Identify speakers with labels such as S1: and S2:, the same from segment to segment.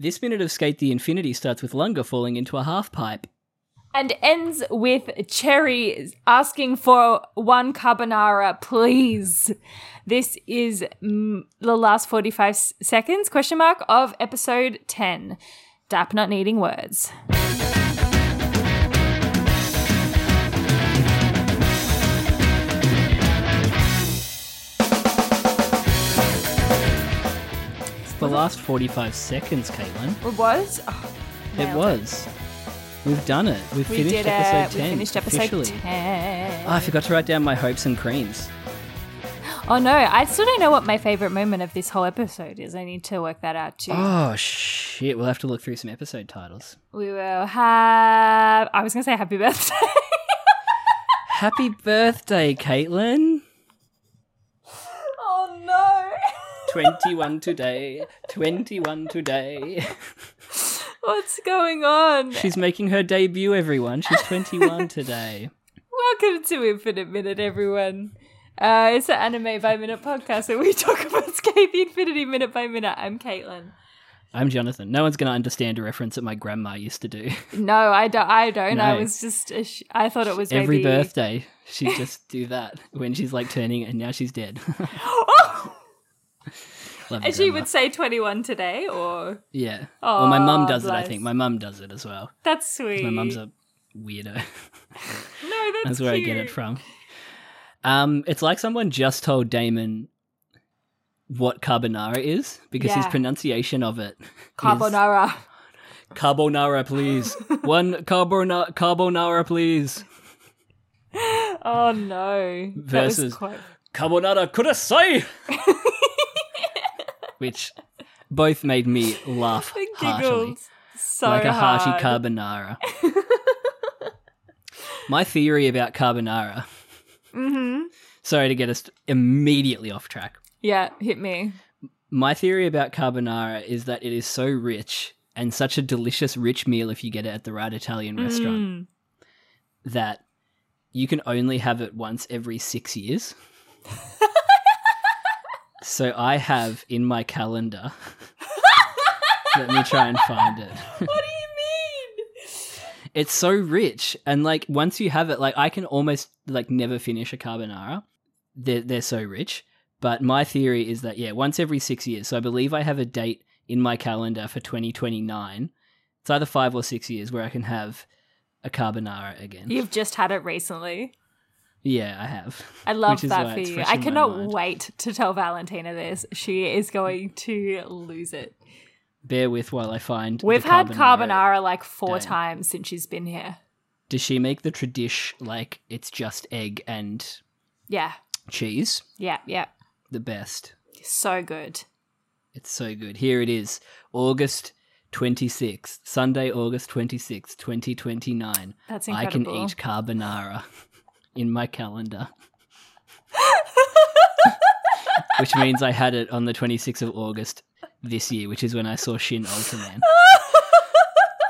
S1: This minute of Skate the Infinity starts with Lunga falling into a half pipe.
S2: and ends with Cherry asking for one carbonara, please. This is mm, the last 45 s- seconds, question mark, of episode 10. Dap not needing words.
S1: It's the last 45 seconds, Caitlin.
S2: It was? oh,
S1: It
S2: nailed
S1: was. We've done it. We've
S2: We
S1: finished
S2: did it.
S1: episode 10.
S2: We finished episode
S1: officially.
S2: 10.
S1: Oh, I forgot to write down my hopes and creams.
S2: Oh no, I still don't know what my favorite moment of this whole episode is. I need to work that out too.
S1: Oh, shit. We'll have to look through some episode titles.
S2: We will have. I was going to say happy birthday.
S1: Happy birthday, Caitlin.
S2: oh no.
S1: 21 today. 21 today.
S2: What's going on?
S1: She's making her debut, everyone. She's 21 today.
S2: Welcome to Infinite Minute, everyone. Uh, it's an anime by minute podcast where we talk about Escape the Infinity minute by minute. I'm Caitlin.
S1: I'm Jonathan. No one's going to understand a reference that my grandma used to do.
S2: No, I don't. I don't. I
S1: No.
S2: was just. ash- I thought it was
S1: Every
S2: maybe-
S1: birthday, she just do that when she's like turning, and now she's dead.
S2: Oh!
S1: Love you,
S2: And she
S1: grandma.
S2: would say 21 today, or
S1: Yeah. well, my mum
S2: Aw,
S1: does it. I
S2: bless.
S1: think my mum does it as well.
S2: that's sweet.
S1: My mum's a weirdo.
S2: no. That's,
S1: That's where I get it
S2: cute.
S1: from. Um, it's like someone just told Damon what carbonara is because his
S2: Yeah.
S1: pronunciation of it is,
S2: Carbonara.
S1: carbonara, please. One carbonara, carbonara, please.
S2: Oh no. that
S1: Versus-
S2: was quite...
S1: Carbonara kudasai. Which both made me laugh
S2: I
S1: heartily.
S2: giggled so
S1: like a hearty
S2: hard.
S1: carbonara. My theory about carbonara.
S2: Mm-hmm.
S1: Sorry to get us immediately off track.
S2: Yeah, hit me.
S1: My theory about carbonara is that it is so rich and such a delicious, rich meal if you get it at the right Italian
S2: Mm.
S1: restaurant that you can only have it once every six years. so I have in my calendar. let me try and find it.
S2: What do you mean?
S1: It's so rich, and like once you have it, like I can almost like never finish a carbonara. They're they're so rich. But my theory is that yeah, once every six years. So I believe I have a date in my calendar for 2029. It's either five or six years where I can have a carbonara again.
S2: You've just had it recently.
S1: Yeah, I have.
S2: I love
S1: Which is why
S2: that for
S1: it's
S2: you.
S1: fresh
S2: I
S1: in my
S2: cannot
S1: mind.
S2: wait to tell Valentina this. She is going to lose it.
S1: Bear with while I find. the
S2: We've had carbonara like four
S1: day.
S2: times since she's been here.
S1: Does she make the tradish like it's just egg and
S2: Yeah,
S1: cheese?
S2: yeah, yeah.
S1: The best.
S2: So good.
S1: It's so good. Here it is. August 26th. Sunday, August 26th, 2029.
S2: That's
S1: I can
S2: incredible.
S1: eat carbonara in my calendar. which means I had it on the 26th of August this year, which is when I saw Shin Ultraman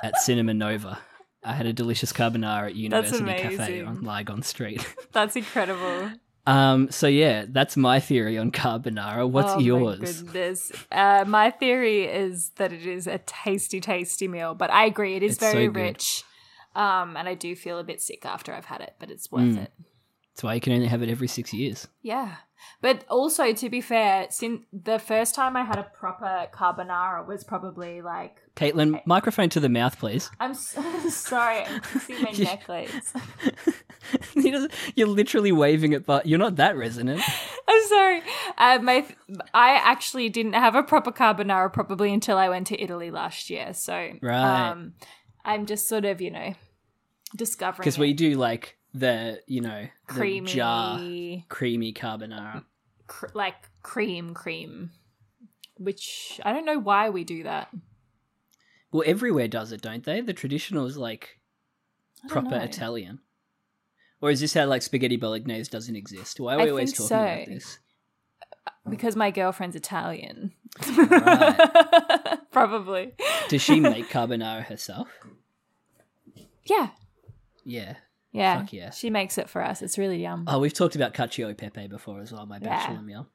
S1: at Cinema Nova. I had a delicious carbonara at University Cafe
S2: amazing.
S1: on Lygon Street.
S2: That's incredible.
S1: Um, so yeah, that's my theory on carbonara. What's
S2: Oh my
S1: yours?
S2: goodness. Uh, my theory is that it is a tasty, tasty meal, but I agree, it is
S1: It's so
S2: very
S1: good.
S2: rich. Um, and I do feel a bit sick after I've had it, but it's worth
S1: Hmm.
S2: it.
S1: That's why you can only have it every six years.
S2: Yeah. But also, to be fair, since the first time I had a proper carbonara was probably like
S1: Caitlin, microphone to the mouth, please.
S2: I'm so, sorry, I'm fixing my
S1: Yeah.
S2: necklace.
S1: He doesn't- You're literally waving it, but you're not that resonant.
S2: I'm sorry. Uh, my I actually didn't have a proper carbonara probably until I went to Italy last year. So um,
S1: Right.
S2: I'm just sort of you know discovering
S1: Because
S2: it.
S1: we do like the, you know, the
S2: creamy,
S1: jar creamy carbonara.
S2: cr- like cream, cream. which I don't know why we do that.
S1: Well, everywhere does it, don't they? The traditional is like
S2: I don't
S1: proper
S2: know.
S1: Italian. Or is this how like spaghetti bolognese doesn't exist? Why are we
S2: I
S1: always talking
S2: think so.
S1: about this?
S2: Because my girlfriend's Italian. Probably.
S1: Does she make carbonara herself?
S2: Yeah.
S1: Yeah.
S2: Yeah.
S1: Fuck yeah.
S2: She makes it for us. It's really yum.
S1: Oh, we've talked about cacio e pepe before as well, my
S2: Yeah.
S1: bachelor meal.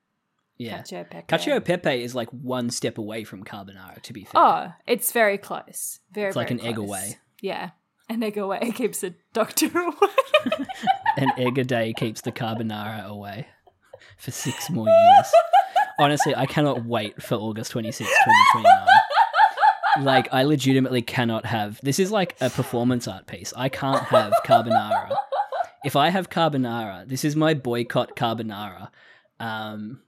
S1: Yeah.
S2: Cacio e pepe.
S1: Cacio e pepe is like one step away from carbonara, to be fair.
S2: Oh, it's very close. Very
S1: It's like
S2: very
S1: an egg
S2: close.
S1: away.
S2: Yeah. An egg away keeps a doctor away.
S1: An egg a day keeps the carbonara away for six more years. Honestly, I cannot wait for August 26, 2029. Like, I legitimately cannot have. This is like a performance art piece. I can't have carbonara. If I have carbonara, this is my boycott carbonara. Um,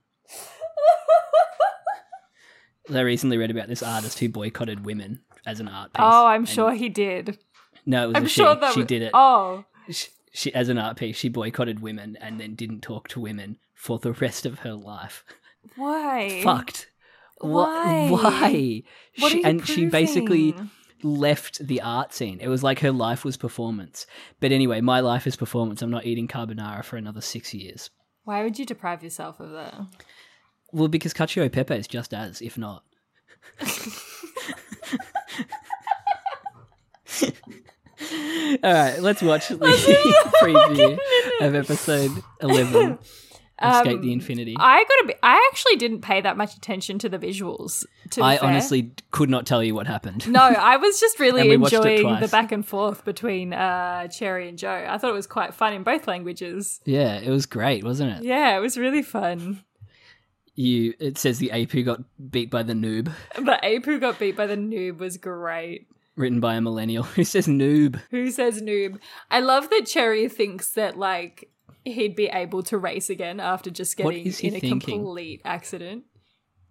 S1: I recently read about this artist who boycotted women as an art piece.
S2: oh, I'm
S1: And-
S2: sure he did.
S1: No, it was
S2: I'm
S1: a
S2: sure
S1: she.
S2: that
S1: she
S2: was-
S1: did it
S2: Oh.
S1: she, she as an art piece, she boycotted women and then didn't talk to women for the rest of her life.
S2: Why?
S1: Fucked. Wha-
S2: Why?
S1: Why?
S2: What
S1: she,
S2: are you
S1: and she basically
S2: proving?
S1: left the art scene. It was like her life was performance. But anyway, my life is performance. I'm not eating carbonara for another six years.
S2: Why would you deprive yourself of that?
S1: Well, because cacio e pepe is just as, if not. All right, let's watch the preview of episode 11 Escape the Infinity. I,
S2: Um, I gotta be. I actually didn't pay that much attention to the visuals. To be fair.
S1: honestly d- could not tell you what happened.
S2: No, I was just
S1: And
S2: really
S1: we watched it
S2: enjoying the
S1: twice.
S2: back and forth between uh, Cherry and Joe. I thought it was quite fun in both languages.
S1: Yeah, it was great, wasn't it?
S2: Yeah, it was really fun.
S1: You it says the Apu got beat by the noob,
S2: The ape who got beat by the noob was great.
S1: written by a millennial who says noob.
S2: Who says noob? I love that Cherry thinks that like he'd be able to race again after just
S1: What
S2: getting
S1: is he
S2: in a
S1: thinking?
S2: complete accident.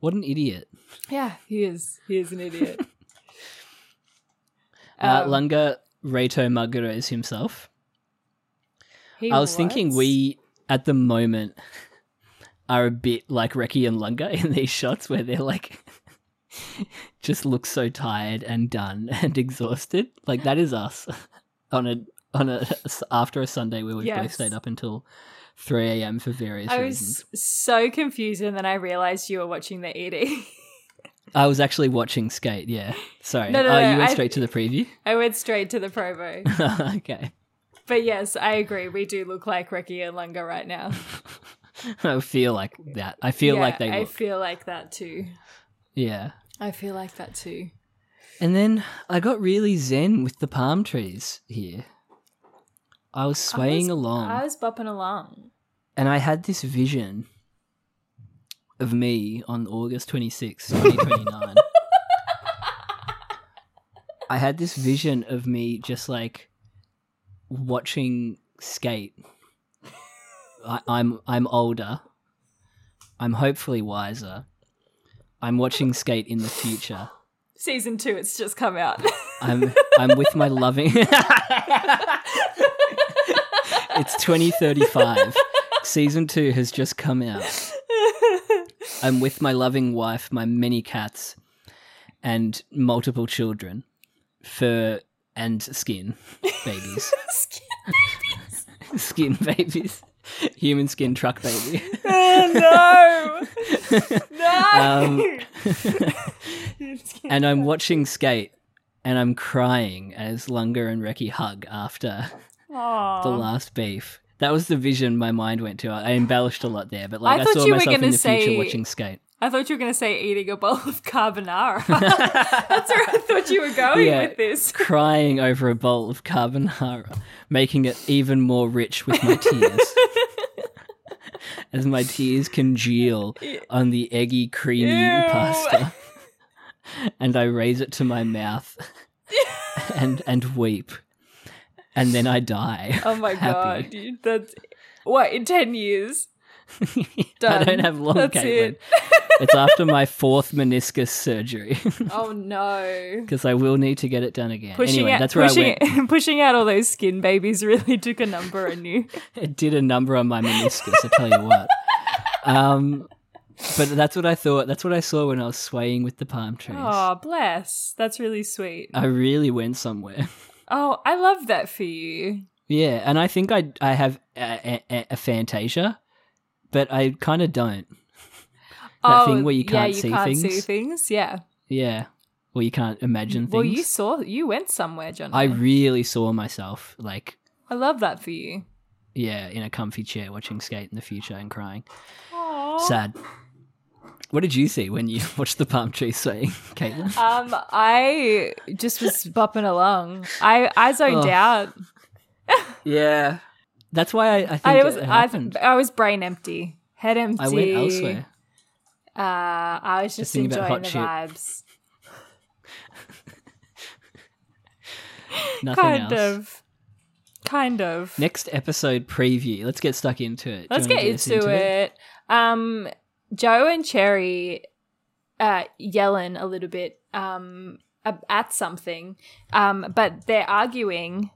S1: What an idiot.
S2: Yeah, he is. He is an idiot.
S1: uh,
S2: Um,
S1: Lunga Reito Maguro is himself.
S2: He
S1: I was thinking we at the moment are a bit like Reki and Lunga in these shots where they're like just look so tired and done and exhausted. Like that is us on a on a after a Sunday where we've both
S2: Yes.
S1: stayed up until three a.m. for various
S2: I
S1: reasons.
S2: was so confused, and then I realized you were watching the E ED.
S1: I was actually watching Skate. Yeah, sorry.
S2: No, no,
S1: oh,
S2: no,
S1: you went
S2: I-
S1: straight to the preview.
S2: I went straight to the promo.
S1: okay.
S2: But yes, I agree. We do look like Ricky and Lunga right now.
S1: I feel like that. I feel
S2: Yeah,
S1: like they
S2: I
S1: look.
S2: feel like that too.
S1: yeah.
S2: I feel like that too.
S1: And then I got really zen with the palm trees here. I was swaying
S2: I was-
S1: along,
S2: I was bopping along.
S1: and I had this vision of me on August 26, 2029. I had this vision of me just like watching skate. I, I'm I'm older. I'm hopefully wiser. I'm watching skate in the future.
S2: Season two, it's just come out.
S1: I'm I'm with my loving. it's 2035. Season 2 has just come out. I'm with my loving wife, my many cats and multiple children. Fur and skin babies. skin babies. Human skin truck baby.
S2: no, no.
S1: Um, and I'm watching skate and I'm crying as Lunga and Reki hug after
S2: Aw.
S1: the last beef. That was the vision my mind went to. I embellished a lot there, but
S2: I
S1: like I,
S2: thought
S1: saw
S2: you were
S1: myself in
S2: gonna
S1: the
S2: say-
S1: future watching skate.
S2: I thought you were going to say eating a bowl of carbonara. That's where I thought you were going
S1: Yeah.
S2: with this.
S1: Crying over a bowl of carbonara, making it even more rich with my tears. As my tears congeal on the eggy, creamy pasta. And I raise it to my mouth and and weep. And then I die.
S2: Oh my
S1: Happy.
S2: god, dude, that's what in ten years.
S1: I
S2: Done.
S1: don't have long,
S2: That's
S1: Caitlin.
S2: it.
S1: it's after my fourth meniscus surgery.
S2: Oh no.
S1: because I will need to get it done again.
S2: Pushing
S1: anyway,
S2: out,
S1: that's where I
S2: pushing,
S1: went.
S2: pushing out all those skin babies really took a number on you.
S1: It did a number on my meniscus. I tell you what. Um, But that's what I thought. That's what I saw when I was swaying with the palm trees.
S2: Oh, bless. That's really sweet.
S1: I really went somewhere.
S2: Oh, I love that for you.
S1: yeah, and I think I I have a, a, a fantasia, but I kind of don't. That
S2: oh,
S1: thing where you can't
S2: yeah, you
S1: see
S2: can't
S1: things.
S2: see things. Yeah.
S1: Yeah, well, you can't imagine things.
S2: Well, you saw you went somewhere, John.
S1: I really saw myself like
S2: I love that for you.
S1: yeah in a comfy chair watching Skate in the future and crying.
S2: Aww.
S1: Sad. What did you see when you watched the palm trees swaying, Caitlin?
S2: Um, I just was bopping along. I I zoned
S1: Oh,
S2: out.
S1: Yeah, that's why I, I think
S2: I was
S1: it
S2: I,
S1: happened. I,
S2: I was brain empty, head empty.
S1: went elsewhere.
S2: Uh, I was just
S1: thing about
S2: enjoying
S1: hot
S2: the
S1: shit.
S2: vibes.
S1: Nothing
S2: kind
S1: else.
S2: of, kind of.
S1: Next episode preview. Let's get stuck into it. Do you
S2: Let's
S1: wanna
S2: get
S1: us
S2: into, it. Um, Joe and Cherry uh, yelling a little bit um, ab- at something, um, but they're arguing.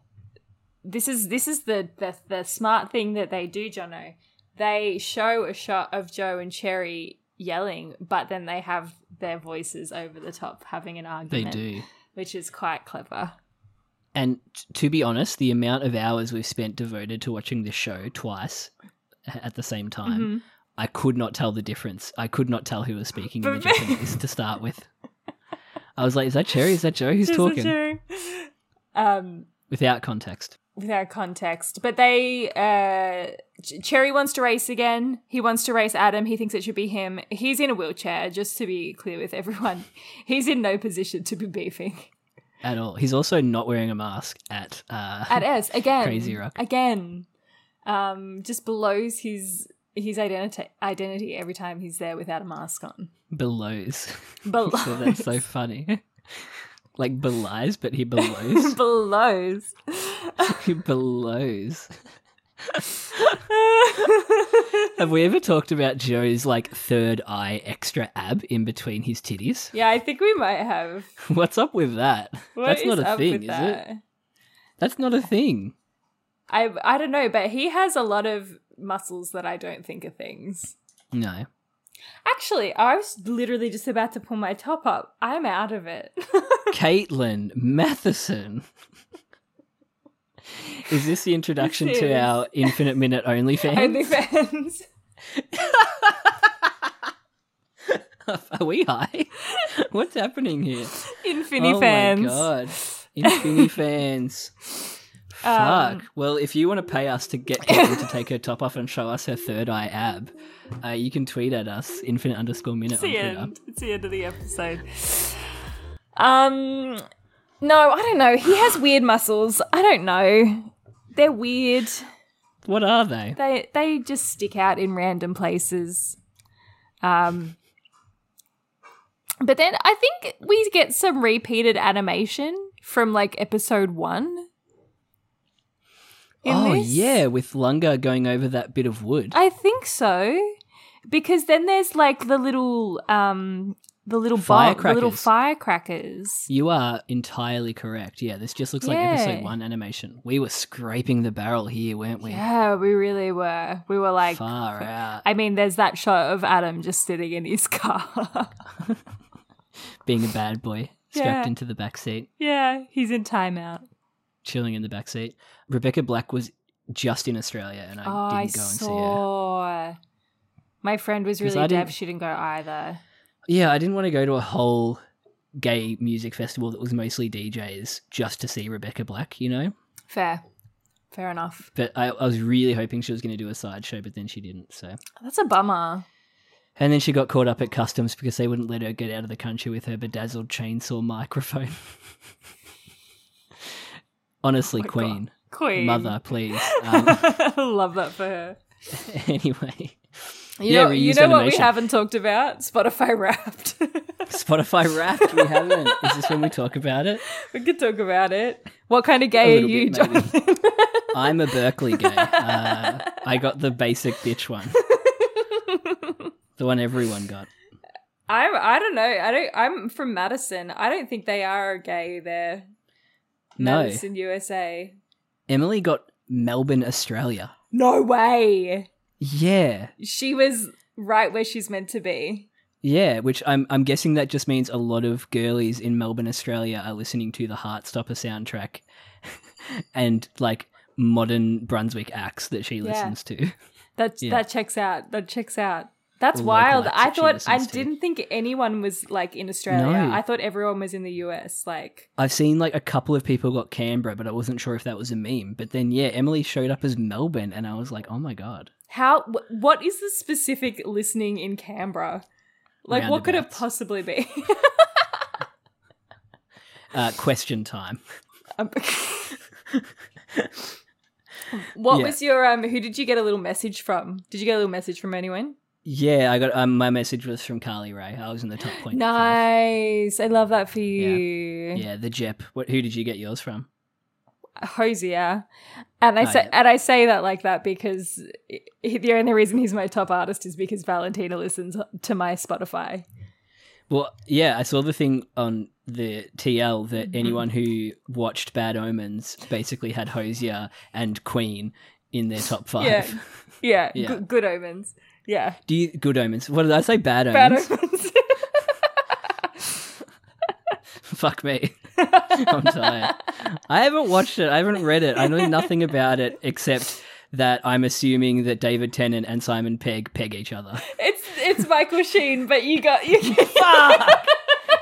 S2: This is this is the, the the smart thing that they do, Jono. They show a shot of Joe and Cherry yelling, but then they have their voices over the top having an
S1: They
S2: argument.
S1: do.
S2: which is quite clever.
S1: And t- to be honest, the amount of hours we've spent devoted to watching this show twice at the same time,
S2: Mm-hmm.
S1: I could not tell the difference. I could not tell who was speaking in the Japanese to start with. I was like, "Is that Cherry? Is that Joe? Who's
S2: Just
S1: talking?"
S2: enjoying. Um,
S1: Without context.
S2: without context. But they, uh, Ch- Cherry wants to race again. He wants to race Adam. He thinks it should be him. He's in a wheelchair, just to be clear with everyone. He's in no position to be beefing.
S1: at all. He's also not wearing a mask at. Uh,
S2: At S again,
S1: Crazy Rock.
S2: again, um, just blows his his identity identity every time he's there without a mask on.
S1: Belows.
S2: Belows.
S1: so that's so funny. like belies, but he belows.
S2: blows.
S1: he belows. Have we ever talked about Joe's like third eye extra ab in between his titties?
S2: yeah, I think we might have.
S1: What's up with that?
S2: What
S1: that's not
S2: is
S1: a
S2: up
S1: thing,
S2: with
S1: is
S2: that?
S1: it? That's not a thing.
S2: I I don't know, but he has a lot of muscles that I don't think are things.
S1: No.
S2: Actually, I was literally just about to pull my top up. I'm out of it.
S1: Caitlin Matheson. Is this the introduction
S2: This
S1: to
S2: is.
S1: our Infinite Minute OnlyFans?
S2: OnlyFans.
S1: Are we high? What's happening here?
S2: Infini
S1: oh
S2: fans.
S1: my god. Infini fans.
S2: Um,
S1: Fuck. Well, if you want to pay us to get Caitlin to take her top off and show us her third eye ab, uh, you can tweet at us, infinite underscore minute
S2: It's
S1: on
S2: the
S1: Twitter.
S2: end. It's the end of the episode. Um no, I don't know. He has weird muscles. I don't know. They're weird.
S1: What are they?
S2: They they just stick out in random places. Um But then I think we get some repeated animation from like episode 1. in
S1: oh,
S2: this.
S1: yeah, with Lunga going over that bit of wood.
S2: I think so. Because then there's like the little um the little bomb, the little
S1: Firecrackers.
S2: firecrackers.
S1: you are entirely correct. Yeah, this just looks
S2: Yeah.
S1: like episode one animation. We were scraping the barrel here, weren't we?
S2: Yeah, we really were. We were like
S1: Far out.
S2: I mean, there's that shot of Adam just sitting in his car.
S1: Being a bad boy, strapped
S2: Yeah.
S1: into the back seat.
S2: yeah, he's in timeout.
S1: chilling in the back seat. Rebecca Black was just in Australia, and I
S2: oh,
S1: didn't
S2: I
S1: go and see her.
S2: saw. My friend was
S1: 'Cause
S2: really
S1: I
S2: deaf.
S1: didn't-
S2: She didn't go either.
S1: Yeah, I didn't want to go to a whole gay music festival that was mostly DJs just to see Rebecca Black, you know.
S2: Fair, fair enough.
S1: But I, I was really hoping she was going to do a sideshow, but then she didn't. So,
S2: That's a bummer.
S1: and then she got caught up at customs because they wouldn't let her get out of the country with her bedazzled chainsaw microphone. Honestly,
S2: Oh my God.
S1: Queen,
S2: Queen,
S1: mother, please. Um,
S2: love that for her.
S1: anyway,
S2: You
S1: Yeah,
S2: know,
S1: we
S2: you
S1: used
S2: know what we
S1: animation.
S2: haven't talked about? Spotify Wrapped.
S1: Spotify Wrapped. We haven't. Is this when we talk about it?
S2: we could talk about it. What kind of gay are
S1: little
S2: you,
S1: bit, maybe.
S2: Jonathan?
S1: I'm a Berkeley gay. Uh, I got the basic bitch one. the one everyone got.
S2: I'm. I don't know. I don't. I'm from Madison. I don't think they are gay there.
S1: No.
S2: Madison, USA.
S1: Emily got Melbourne, Australia.
S2: No way.
S1: Yeah.
S2: She was right where she's meant to be.
S1: Yeah, which I'm I'm guessing that just means a lot of girlies in Melbourne, Australia are listening to the Heartstopper soundtrack and like modern Brunswick acts that she
S2: Yeah.
S1: listens to.
S2: That
S1: Yeah.
S2: that checks out. That checks out. That's
S1: Or local
S2: wild.
S1: acts
S2: I
S1: that she
S2: thought I
S1: listens to.
S2: didn't think anyone was like in Australia.
S1: No.
S2: I thought everyone was in the US. Like
S1: I've seen like a couple of people got Canberra, but I wasn't sure if that was a meme. But then yeah, Emily showed up as Melbourne and I was like, "Oh my god."
S2: how wh- what is the specific listening in Canberra? Like what could it
S1: Roundabouts.
S2: possibly be?
S1: Uh question time.
S2: Um, what
S1: Yeah.
S2: was your um who did you get a little message from? Did you get a little message from anyone?
S1: Yeah, I got um, my message was from Carly Ray. I was in the top point. five.
S2: Nice. I love that for you.
S1: Yeah, the Jep. What who did you get yours from?
S2: Hosier. And I
S1: Oh,
S2: say
S1: yeah.
S2: and I say that like that because he, the only reason he's my top artist is because Valentina listens to my Spotify.
S1: Well, yeah, I saw the thing on the TL that
S2: Mm-hmm.
S1: anyone who watched Bad Omens basically had Hosier and Queen in their top five.
S2: Yeah. Yeah,
S1: Yeah.
S2: Good, good omens. Yeah,
S1: Do you good omens? What did I say? Bad omens.
S2: bad omens.
S1: Fuck me. I'm tired. I haven't watched it. I haven't read it. I know nothing about it except that I'm assuming that David Tennant and Simon Pegg peg each other.
S2: it's it's Michael Sheen, but you got you.
S1: Fuck!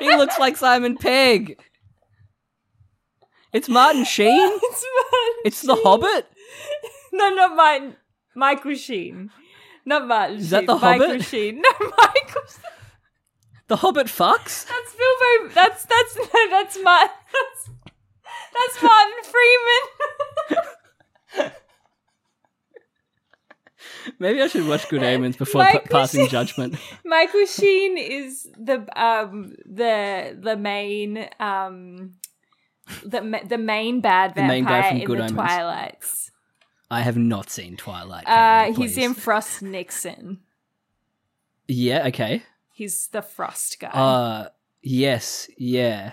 S1: he looks like Simon Pegg. It's Martin Sheen.
S2: it's Martin
S1: It's The
S2: Sheen.
S1: Hobbit.
S2: No, not mine. Michael Sheen. Not Martin.
S1: Is that
S2: Sheen,
S1: The
S2: Michael
S1: Hobbit?
S2: Sheen. No, Michael.
S1: The Hobbit fucks.
S2: That's Bilbo. That's that's no, that's Martin. That's, that's Martin Freeman.
S1: Maybe I should watch Good Omens before
S2: Michael
S1: p- passing
S2: Sheen.
S1: judgment.
S2: Michael Sheen is the um the the main um the ma- the main bad
S1: The
S2: vampire
S1: main guy from
S2: in
S1: Good
S2: the
S1: Omens.
S2: Twilights.
S1: I have not seen Twilight.
S2: Uh,
S1: Cameron,
S2: he's
S1: please.
S2: in Frost Nixon.
S1: Yeah. Okay.
S2: He's the Frost guy.
S1: Uh. Yes. Yeah.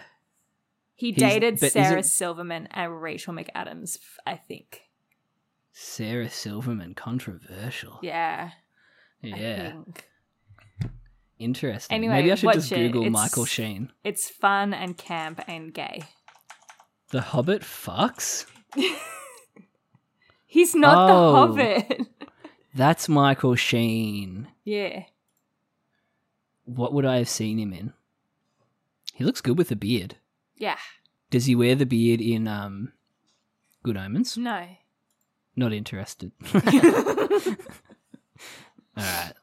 S2: he
S1: he's-
S2: dated
S1: but is
S2: Sarah
S1: it-
S2: Silverman and Rachel McAdams, f- I think.
S1: Sarah Silverman, controversial.
S2: Yeah. I
S1: Yeah.
S2: think.
S1: Interesting.
S2: Anyway,
S1: Maybe I should
S2: watch
S1: just
S2: it.
S1: Google
S2: It's-
S1: Michael Sheen.
S2: It's fun and camp and gay.
S1: The Hobbit fucks.
S2: He's not
S1: Oh.
S2: the Hobbit.
S1: That's Michael Sheen.
S2: yeah.
S1: What would I have seen him in? He looks good with a beard.
S2: Yeah.
S1: Does he wear the beard in um, Good Omens?
S2: No.
S1: Not interested. All right.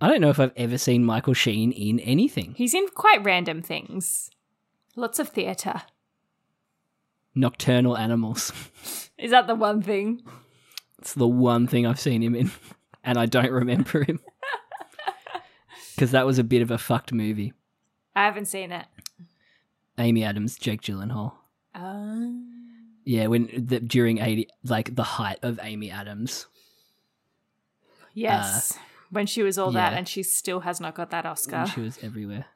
S1: I don't know if I've ever seen Michael Sheen in anything.
S2: He's in quite random things. Lots of theatre.
S1: Nocturnal Animals.
S2: Is that the one thing?
S1: It's the one thing I've seen him in, and I don't remember him. Because that was a bit of a fucked movie.
S2: I haven't seen it.
S1: Amy Adams, Jake Gyllenhaal.
S2: Um,
S1: Yeah, when the, during eighty, like the height of Amy Adams.
S2: yes. when she was all
S1: Uh,
S2: that
S1: yeah.
S2: and she still has not got that Oscar.
S1: when she was everywhere.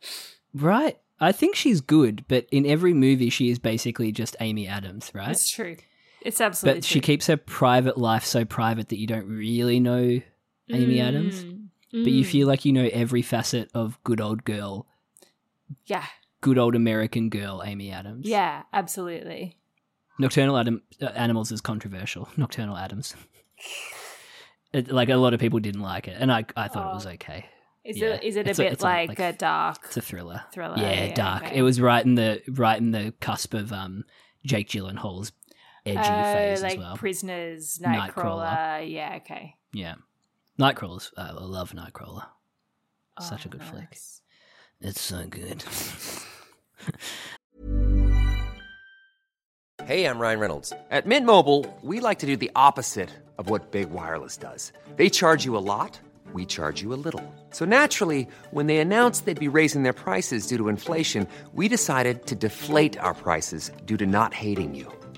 S1: Right. I think she's good, but in every movie she is basically just Amy Adams, right?
S2: It's true. It's absolutely
S1: but she
S2: true.
S1: keeps her private life so private that you don't really know Amy Adams,
S2: Mm.
S1: but you
S2: Mm.
S1: feel like you know every facet of good old girl,
S2: Yeah.
S1: good old American girl Amy Adams.
S2: Yeah, absolutely.
S1: Nocturnal Adam- uh, Animals is controversial. Nocturnal Adams. It, like a lot of people didn't like it, and I I thought it
S2: Oh.
S1: was okay.
S2: Is
S1: Yeah.
S2: it is it a
S1: It's a-
S2: bit
S1: it's a,
S2: like,
S1: like,
S2: a dark
S1: It's a thriller.
S2: thriller?
S1: yeah, dark.
S2: okay.
S1: It was right in the right in the cusp of um Jake Gyllenhaal's edgy
S2: Oh,
S1: phase
S2: like
S1: as well.
S2: Prisoners,
S1: Nightcrawler.
S2: Nightcrawler. Yeah, okay.
S1: yeah, Nightcrawler's. uh, I love Nightcrawler. Such a
S2: Oh,
S1: good flick.
S2: nice.
S1: It's so good.
S3: Hey, I'm Ryan Reynolds. At Mint Mobile, we like to do the opposite of what Big Wireless does. They charge you a lot, we charge you a little. So naturally, when they announced they'd be raising their prices due to inflation, we decided to deflate our prices due to not hating you.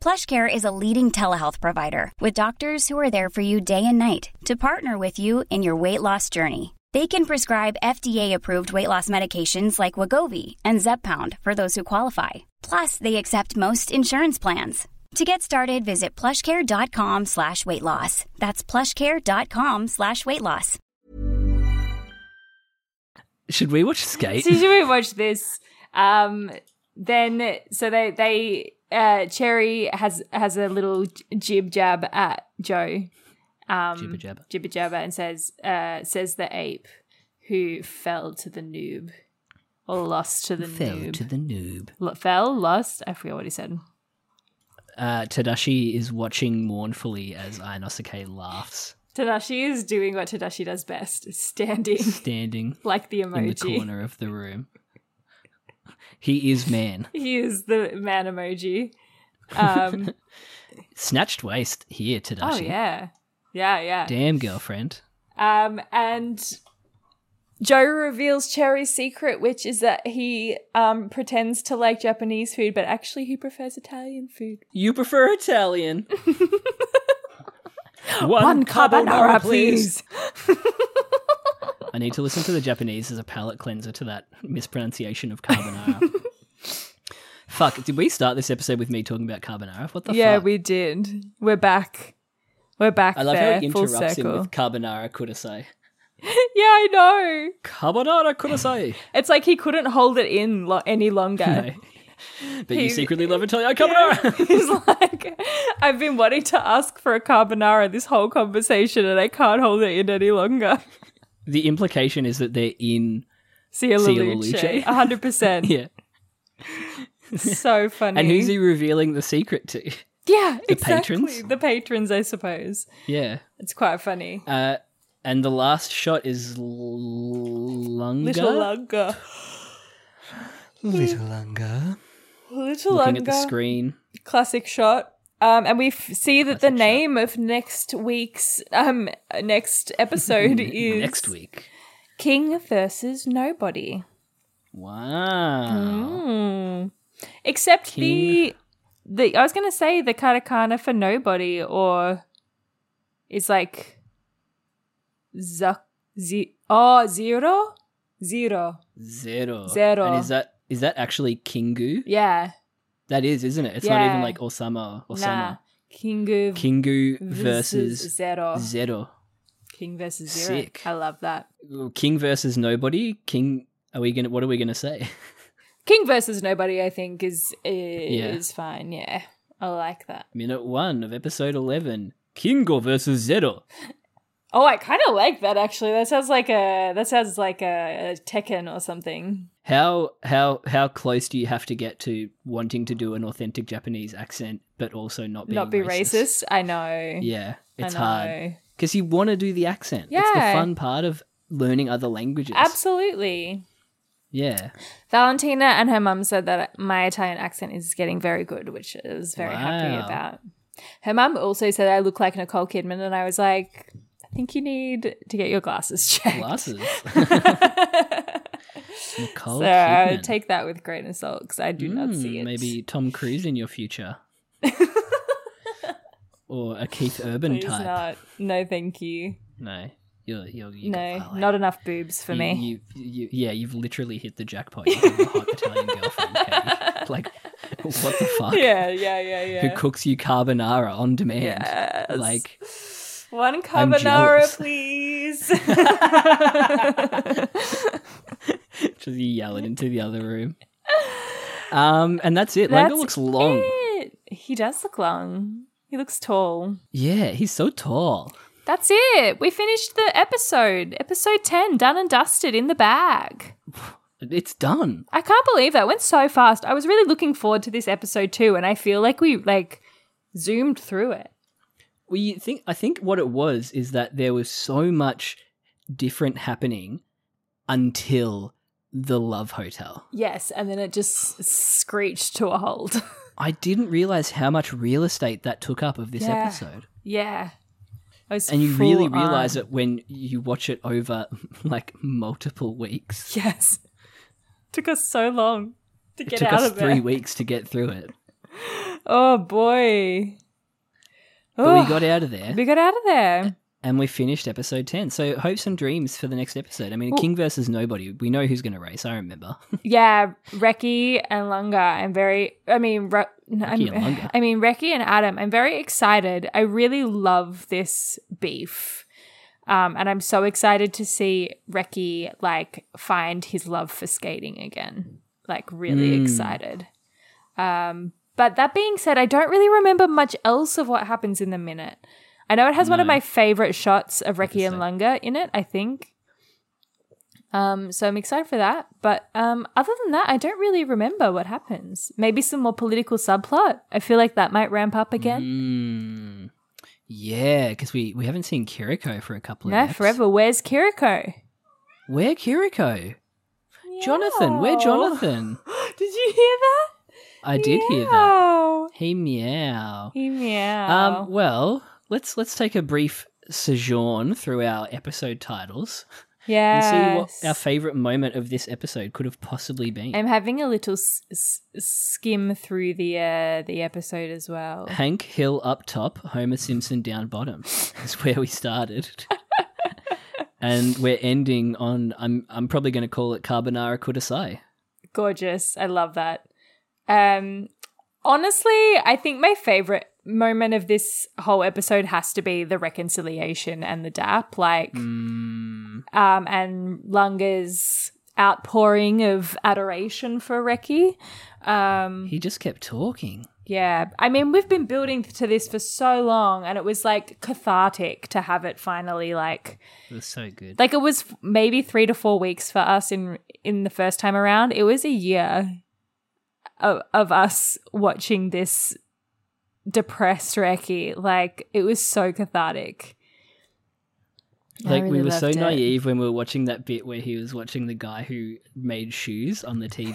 S4: PlushCare is a leading telehealth provider with doctors who are there for you day and night to partner with you in your weight loss journey. They can prescribe FDA-approved weight loss medications like Wagovi and Zepbound for those who qualify. Plus, they accept most insurance plans. To get started, visit plushcare.com slash weight loss. That's plushcare.com slash weight loss.
S1: Should we watch Skate?
S2: So should we watch this? Um, then so they they uh, Cherry has has a little jib jab at Joe, um,
S1: Jibber jabber.
S2: jibber jabber, and says uh, says the ape who fell to the noob or lost to the
S1: Fell
S2: noob.
S1: to the noob.
S2: Lo- fell lost. I forget what he said.
S1: Uh, Tadashi is watching mournfully as Inosuke laughs,
S2: Tadashi is doing what Tadashi does best: standing
S1: standing
S2: like the
S1: in the
S2: emoji.
S1: corner of the room. He is man.
S2: he is the man emoji. Um,
S1: Snatched waist here, Tadashi.
S2: oh yeah, yeah, yeah.
S1: Damn, girlfriend.
S2: Um, and Joe reveals Cherry's secret, which is that he um, pretends to like Japanese food, but actually he prefers Italian food.
S1: You prefer Italian. One, I need to listen to the Japanese as a palate cleanser to that mispronunciation of carbonara. Fuck, did we start this episode with me talking about carbonara? What the
S2: Yeah,
S1: fuck?
S2: we did. We're back. We're back
S1: I love
S2: there,
S1: how he
S2: full
S1: interrupts him
S2: circle.
S1: with carbonara kudasai.
S2: yeah, I know.
S1: Carbonara kudasai!
S2: It's like he couldn't hold it in lo- any longer.
S1: No. But you
S2: He-
S1: secretly love Italian carbonara!
S2: He's like, I've been wanting to ask for a carbonara this whole conversation, and I can't hold it in any longer.
S1: The implication is that they're in.
S2: See you,
S1: Sia
S2: Lelouch.
S1: Lelouch.
S2: hundred percent.
S1: Yeah.
S2: So funny.
S1: And who's he revealing the secret to?
S2: Yeah,
S1: The
S2: exactly.
S1: patrons?
S2: The patrons, I suppose.
S1: Yeah.
S2: It's quite funny.
S1: Uh, and the last shot is L- Lunga.
S2: Little Lunga.
S1: Little Lunga.
S2: Little
S1: Looking
S2: Lunga.
S1: at the screen.
S2: Classic shot. Um, and we f- see that the name of next week's um next episode is
S1: Next week.
S2: King versus Nobody. Mm-hmm.
S1: Wow.
S2: Oh. Except the the I was gonna say the katakana for nobody or is like Zuck Z oh zero? Zero.
S1: Zero.
S2: Zero.
S1: And is that is that actually Kingu?
S2: Yeah.
S1: That is, isn't it? It's not
S2: Yeah.
S1: even like Osama.
S2: Nah.
S1: Osama.
S2: Kingu
S1: Kingu
S2: versus
S1: versus
S2: Zero.
S1: Zero.
S2: King versus Zero.
S1: Sick.
S2: I love that.
S1: King versus nobody. King. Are we gonna? What are we gonna say?
S2: King versus Nobody, I think, is is fine. Yeah. I like that.
S1: Minute one of episode eleven. Kingo versus Zero.
S2: Oh, I kind of like that actually. That sounds like a that sounds like a, a Tekken or something.
S1: How how how close do you have to get to wanting to do an authentic Japanese accent, but also not being
S2: Not be racist. I know.
S1: Yeah, it's
S2: I
S1: hard
S2: know.
S1: because you want to do the accent. it's the
S2: Yeah.
S1: fun part of learning other languages.
S2: Absolutely.
S1: Yeah,
S2: Valentina and her mum said that my Italian accent is getting very good, which I was very happy
S1: Wow.
S2: about. Her mum also said I look like Nicole Kidman, and I was like, I think you need to get your glasses checked.
S1: glasses. Nicole
S2: so I
S1: Kidman.
S2: would take that with a grain of salt because I do not see
S1: Mm,
S2: it.
S1: Maybe Tom Cruise in your future, or a Keith Urban
S2: Please
S1: type.
S2: not. No, thank you.
S1: No, you're you're you
S2: No, not enough boobs for me.
S1: You, you, yeah, you've literally hit the jackpot. You have a hot Italian girlfriend, Katie. Like, what the fuck?
S2: yeah, yeah, yeah,
S1: Who
S2: yeah.
S1: cooks you carbonara on demand?
S2: Yes.
S1: Like,
S2: One
S1: I'm
S2: carbonara,
S1: jealous.
S2: please.
S1: just yell it into the other room. Um, and that's it. Lunga
S2: That's
S1: looks long.
S2: it. He does look long. He looks tall.
S1: Yeah, he's so tall.
S2: That's it. We finished the episode. Episode 10, done and dusted in the bag.
S1: It's done.
S2: I can't believe that went so fast. I was really looking forward to this episode too, and I feel like we like zoomed through it.
S1: We think I think what it was is that there was so much different happening until the love hotel.
S2: Yes, and then it just screeched to a halt.
S1: I didn't realize how much real estate that took up of this
S2: Yeah.
S1: episode.
S2: yeah. I was
S1: And you really
S2: full
S1: realize
S2: on.
S1: it when you watch it over like multiple weeks.
S2: Yes. Took us so long. to
S1: it
S2: get
S1: took
S2: out
S1: us
S2: of
S1: three
S2: there.
S1: weeks to get through it,
S2: Oh boy.
S1: but we
S2: Oh,
S1: got out of there
S2: we got out of there.
S1: and we finished episode ten. So hopes and dreams for the next episode. I mean, King versus nobody. We know who's going to race. I remember.
S2: Yeah, Reki and Lunga. I'm very. I mean, Re- no, I'm,
S1: and Lunga.
S2: I mean Reki and Adam. I'm very excited. I really love this beef, um, and I'm so excited to see Reki like find his love for skating again. Like really
S1: Hmm.
S2: excited. Um, but that being said, I don't really remember much else of what happens in the minute. I know it has one of my favorite shots of Reki and Lunga in it. I think. Um, so I'm excited for that. But um, other than that, I don't really remember what happens. Maybe some more political subplot. I feel like that might ramp up again. Hmm.
S1: Mm, yeah, because we we haven't seen Kiriko for a couple of
S2: no,
S1: eps.
S2: forever. Where's Kiriko?
S1: Where Kiriko? Jonathan, where
S2: Meow.
S1: Jonathan?
S2: Did you hear that?
S1: I did hear that.
S2: Meow.
S1: He meow.
S2: He meow.
S1: Um, well, let's let's take a brief sojourn through our episode titles and see what
S2: yes.
S1: our favorite moment of this episode could have possibly been.
S2: I'm having a little s- s- skim through the uh, the episode as well.
S1: Hank Hill up top, Homer Simpson down bottom is where we started. and we're ending on I'm I'm probably going to call it Carbonara Kudasai.
S2: gorgeous. I love that. Um, honestly, I think my favorite moment of this whole episode has to be the reconciliation and the DAP, like, um, and Lunga's outpouring of adoration for Reki. Um,
S1: He just kept talking.
S2: yeah, I mean, we've been building to this for so long, and it was like cathartic to have it finally, like,
S1: It was so good.
S2: like it was f- maybe three to four weeks for us in in the first time around it was a year of, of us watching this depressed Reki. like it was so cathartic I
S1: Like we
S2: really
S1: were so
S2: loved it.
S1: naive when we were watching that bit where he was watching the guy who made shoes on the TV,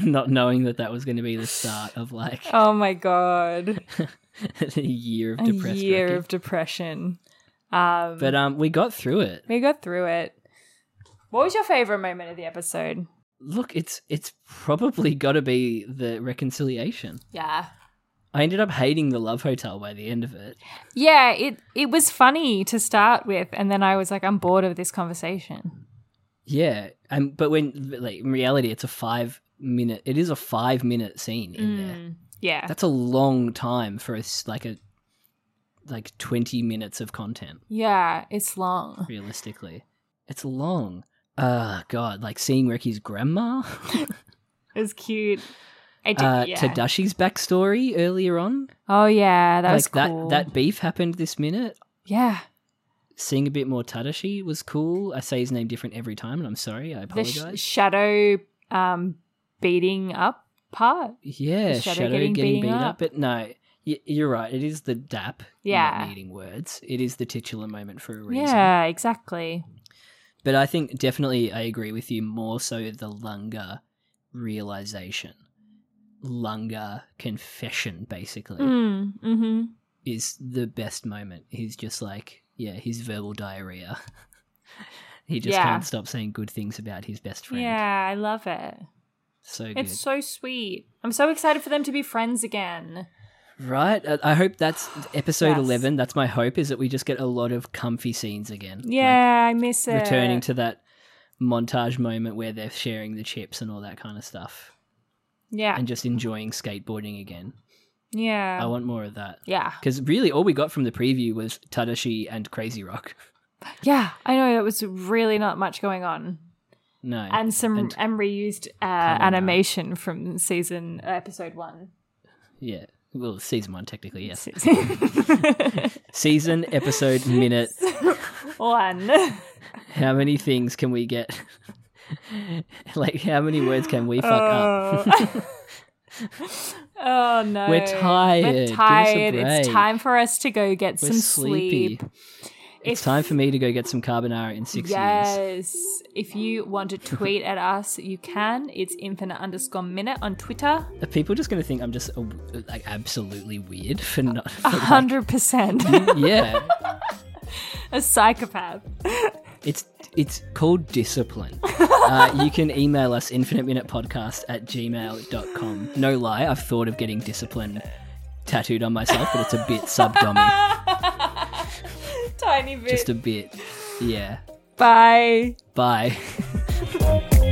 S1: not knowing that that was going to be the start of like
S2: oh my god
S1: a year of
S2: a
S1: depressed.
S2: year
S1: Ricky.
S2: of depression um
S1: but um, we got through it.
S2: we got through it what was your favorite moment of the episode
S1: Look, it's it's probably got to be the reconciliation.
S2: yeah
S1: I ended up hating the love hotel by the end of it.
S2: yeah it it was funny to start with and then i was like i'm bored of this conversation
S1: Yeah, um, but when like in reality, it's a five minute. It is a five minute scene
S2: Mm.
S1: in there.
S2: yeah
S1: That's a long time for us, like a like twenty minutes of content.
S2: Yeah, it's long.
S1: realistically. It's long. Uh god, like seeing Ricky's grandma.
S2: It's cute. I did,
S1: uh
S2: yeah.
S1: Tadashi's backstory earlier on.
S2: oh yeah, that
S1: like
S2: was cool.
S1: that that beef happened this minute.
S2: yeah,
S1: Seeing a bit more Tadashi was cool. I say his name different every time and I'm sorry, I
S2: the
S1: apologize.
S2: sh- shadow um beating up part.
S1: yeah,
S2: the
S1: Shadow, getting, beat up. but no. y- You're right. It is the dap.
S2: Yeah.
S1: Not needing words. It is the titular moment for a reason.
S2: Yeah, exactly.
S1: But I think definitely I agree with you more so the Lunga realization. Lunga confession, basically,
S2: Mm, hmm
S1: is the best moment. He's just like, yeah, his verbal diarrhea. he just
S2: Yeah.
S1: can't stop saying good things about his best friend.
S2: Yeah, I love it.
S1: So good.
S2: It's so sweet. I'm so excited for them to be friends again.
S1: right? I- I hope that's episode
S2: Yes.
S1: 11. That's my hope is that we just get a lot of comfy scenes again. Like,
S2: Yeah, I miss it.
S1: returning to that montage moment where they're sharing the chips and all that kind of stuff.
S2: yeah,
S1: and just enjoying skateboarding again.
S2: yeah,
S1: I want more of that.
S2: Um, yeah,
S1: Because really, all we got from the preview was Tadashi and Crazy Rock.
S2: yeah. I know it was really not much going on.
S1: No.
S2: and some and, reused uh, animation from season uh, episode one.
S1: yeah. Well, season one, technically, yes.
S2: Season
S1: season, episode, minute.
S2: one.
S1: How many things can we get? like, how many words can we fuck up?
S2: Oh no,
S1: We're tired.
S2: We're
S1: Give us a
S2: tired. It's
S1: break.
S2: time for us to go get
S1: We're
S2: some
S1: sleepy.
S2: sleep.
S1: It's
S2: If-
S1: time for me to go get some carbonara in six years.
S2: Yes. If you want to tweet at us, you can. It's infinite underscore minute on Twitter.
S1: Are people just going to think I'm just uh, like absolutely weird
S2: Uh,
S1: for not? For,
S2: Hundred percent.
S1: Mm-hmm. yeah.
S2: A psychopath.
S1: It's it's called discipline. uh, you can email us infiniteminutepodcast at gmail.com. No lie, I've thought of getting discipline tattooed on myself, but it's a bit subdommy.
S2: Tiny bit.
S1: Just a bit. Yeah.
S2: Bye.
S1: Bye.